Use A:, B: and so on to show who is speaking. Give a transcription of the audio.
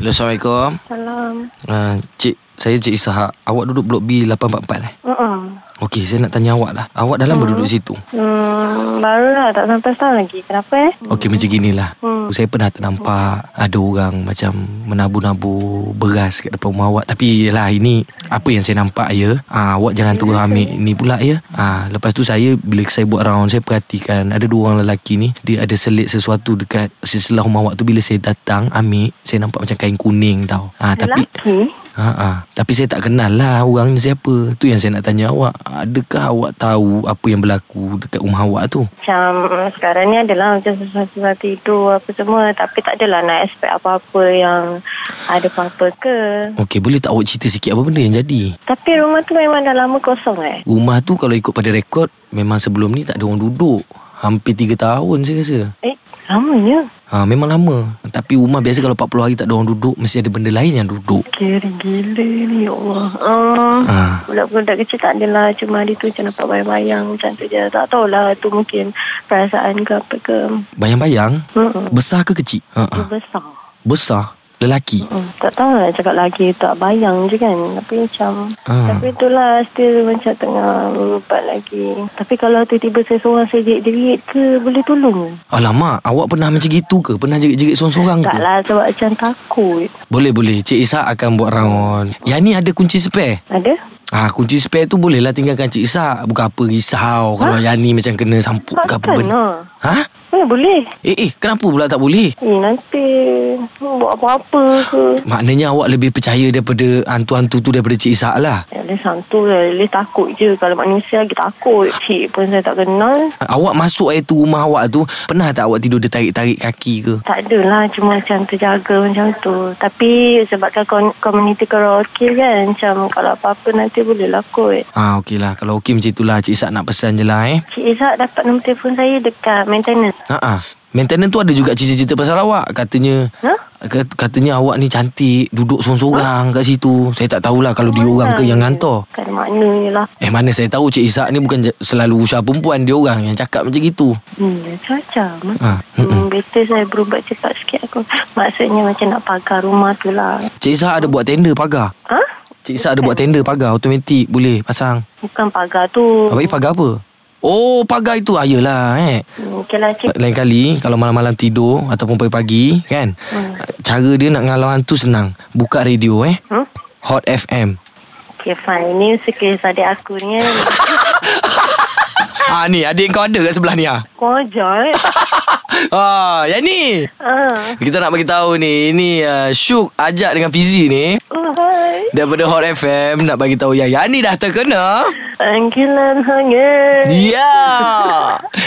A: Hello, Assalamualaikum.
B: Salam.
A: Uh, Cik, saya Cik Isahak. Awak duduk blok B 844 eh?
B: Uh-uh.
A: Okey, saya nak tanya awak lah. Awak dah lama duduk situ?
B: Hmm, baru lah tak sampai setahun lagi. Kenapa eh?
A: Okey, macam ginilah.
B: Hmm.
A: Saya pernah ternampak ada orang macam menabu-nabu beras kat depan rumah awak. Tapi lah ini apa yang saya nampak ya. Ah, awak jangan terus ambil ni pula ya. Ah, lepas tu saya bila saya buat round saya perhatikan ada dua orang lelaki ni dia ada selit sesuatu dekat sisilah rumah awak tu bila saya datang ambil saya nampak macam kain kuning tau. Ah, tapi
B: Lelaki?
A: Ha ah. Tapi saya tak kenal lah orang ni siapa. Tu yang saya nak tanya awak. Adakah awak tahu apa yang berlaku dekat rumah awak tu?
B: Macam mm, sekarang ni adalah macam sesuatu-sesuatu tidur apa semua. Tapi tak adalah nak expect apa-apa yang ada apa-apa ke.
A: Okey, boleh tak awak cerita sikit apa benda yang jadi?
B: Tapi rumah tu memang dah lama kosong eh.
A: Rumah tu kalau ikut pada rekod, memang sebelum ni tak ada orang duduk. Hampir 3 tahun saya rasa.
B: Eh, lamanya.
A: Ha, memang lama. Tapi rumah biasa kalau 40 hari tak ada orang duduk, mesti ada benda lain yang duduk.
B: Kira gila ni, ya Allah. Um,
A: Ah.
B: Budak-budak kecil tak adalah Cuma hari tu macam nampak bayang-bayang Macam tu je Tak tahulah tu mungkin Perasaan ke apa ke
A: Bayang-bayang,
B: Mm-mm.
A: besar ke kecil? Ha, ha.
B: Dia besar
A: Besar, lelaki.
B: Hmm, tak tahu nak cakap lagi tak bayang je kan tapi macam
A: Ah.
B: ah. tapi itulah still macam tengah berubat lagi tapi kalau tiba-tiba saya seorang saya jerit-jerit ke boleh tolong
A: Alamak, awak pernah macam gitu ke? Pernah jerit-jerit seorang-seorang ke?
B: tak lah sebab macam takut
A: Boleh boleh Cik Isa akan buat round Yang ni ada kunci spare
B: ada
A: Ah, kunci spare tu bolehlah tinggalkan Cik Isa Bukan apa risau Kalau yang ni macam kena sampuk ke apa
B: takkan
A: benda
B: lah
A: Ha?
B: eh, boleh
A: Eh eh kenapa pula tak boleh?
B: eh nanti hmm, buat apa-apa ke
A: Maknanya awak lebih percaya daripada hantu-hantu tu daripada Cik Isa lah
B: Ya, dia santu lah. Dia takut je. Kalau manusia lagi takut. Cik pun saya tak kenal.
A: Awak masuk air tu rumah awak tu Pernah tak awak tidur dia tarik-tarik kaki ke?
B: Tak adalah cuma macam terjaga macam tu. Tapi sebabkan kon- komuniti karaoke kan macam kalau apa-apa nanti boleh lah kot.
A: Ah okey lah Kalau okey macam itulah Cik Isa nak pesan je lah eh
B: Cik Izzat dapat nombor telefon saya dekat maintenance.
A: Haa Maintenance tu ada juga cerita-cerita pasal awak Katanya
B: Ha?
A: Kat- Katanya awak ni cantik Duduk sorang-sorang kat situ Saya tak tahulah kalau dia orang ke yang hantar
B: Tak ada maknanya lah.
A: Eh mana saya tahu Cik Isak ni bukan j- selalu usaha perempuan Dia orang yang cakap macam gitu
B: Hmm, macam-macam.
A: ha.
B: Hmm, better saya berubat cepat sikit aku. Maksudnya macam nak pagar rumah tu lah.
A: Cik Isak ada buat tender pagar
B: Ha?
A: Cik Isak ada buat tender pagar Automatik boleh pasang
B: Bukan pagar tu.
A: Apa ni pagar apa? Oh pagar itu ah, Yelah eh
B: Hmm, okay lah cik.
A: Lain kali Kalau malam-malam tidur Ataupun pagi-pagi Kan
B: Hmm.
A: Cara dia nak ngalau hantu senang Buka radio eh
B: Hmm?
A: Hot FM
B: Okay fine. Ini sekiranya adik aku ni. kan.
A: Ah ni adik kau ada kat sebelah ni ah.
B: Kojol.
A: Ah, yang ni.
B: Ah.
A: Kita nak bagi tahu ni, ini uh, Syuk ajak dengan Fizi ni
B: Oh, hai.
A: daripada Hot FM nak bagi tahu yang Yani dah terkena.
B: Angkilan hangat.
A: Ya. Yeah.